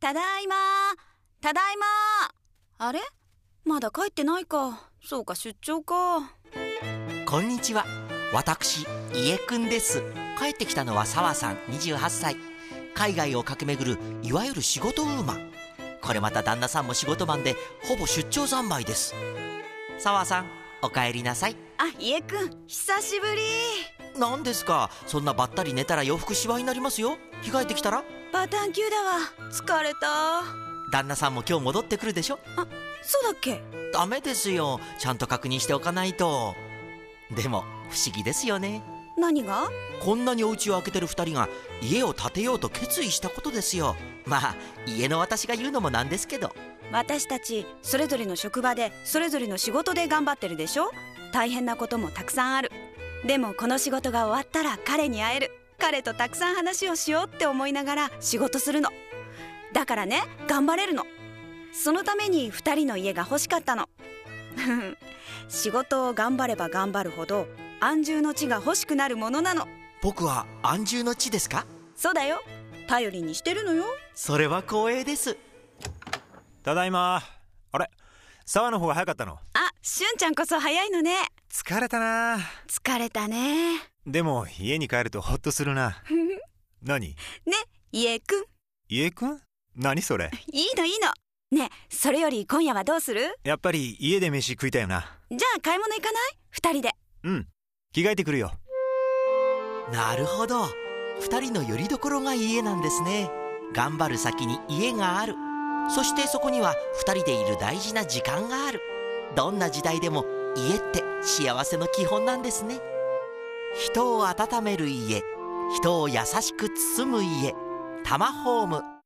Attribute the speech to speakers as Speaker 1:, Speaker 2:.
Speaker 1: ただいまただいまあれまだ帰ってないかそうか出張か
Speaker 2: こんにちは私家くんです帰ってきたのは沢さん28歳海外を駆け巡るいわゆる仕事ウーマンこれまた旦那さんも仕事マンでほぼ出張三昧です沢さんお帰りなさい
Speaker 1: あ家くん久しぶり
Speaker 2: 何ですかそんなばったり寝たら洋服シワになりますよ着替えてきたら
Speaker 1: バタン級だわ疲れた
Speaker 2: 旦那さんも今日戻ってくるでしょ
Speaker 1: そうだっけ
Speaker 2: ダメですよちゃんと確認しておかないとでも不思議ですよね
Speaker 1: 何が
Speaker 2: こんなにお家を開けてる2人が家を建てようと決意したことですよまあ家の私が言うのもなんですけど
Speaker 1: 私たちそれぞれの職場でそれぞれの仕事で頑張ってるでしょ大変なこともたくさんあるでもこの仕事が終わったら彼に会える彼とたくさん話をしようって思いながら仕事するのだからね頑張れるのそのために2人の家が欲しかったの 仕事を頑張れば頑張るほど安住の地が欲しくなるものなの
Speaker 2: 僕は安住の地ですか
Speaker 1: そうだよ頼りにしてるのよ
Speaker 2: それは光栄です
Speaker 3: ただいまあれ沢の方が早かったの
Speaker 1: あしゅんちゃんこそ早いのね
Speaker 3: 疲れたな
Speaker 1: 疲れたね
Speaker 3: でも家に帰るとホッとするな何
Speaker 1: ね家くん
Speaker 3: 家くん何それ
Speaker 1: いいのいいのねえそれより今夜はどうする
Speaker 3: やっぱり家で飯食いたいよな
Speaker 1: じゃあ買い物行かない二人で
Speaker 3: うん着替えてくるよ
Speaker 2: なるほど2人の拠り所が家なんですね頑張る先に家があるそしてそこには2人でいる大事な時間があるどんな時代でも家って幸せの基本なんですね人を温める家人を優しく包む家タマホーム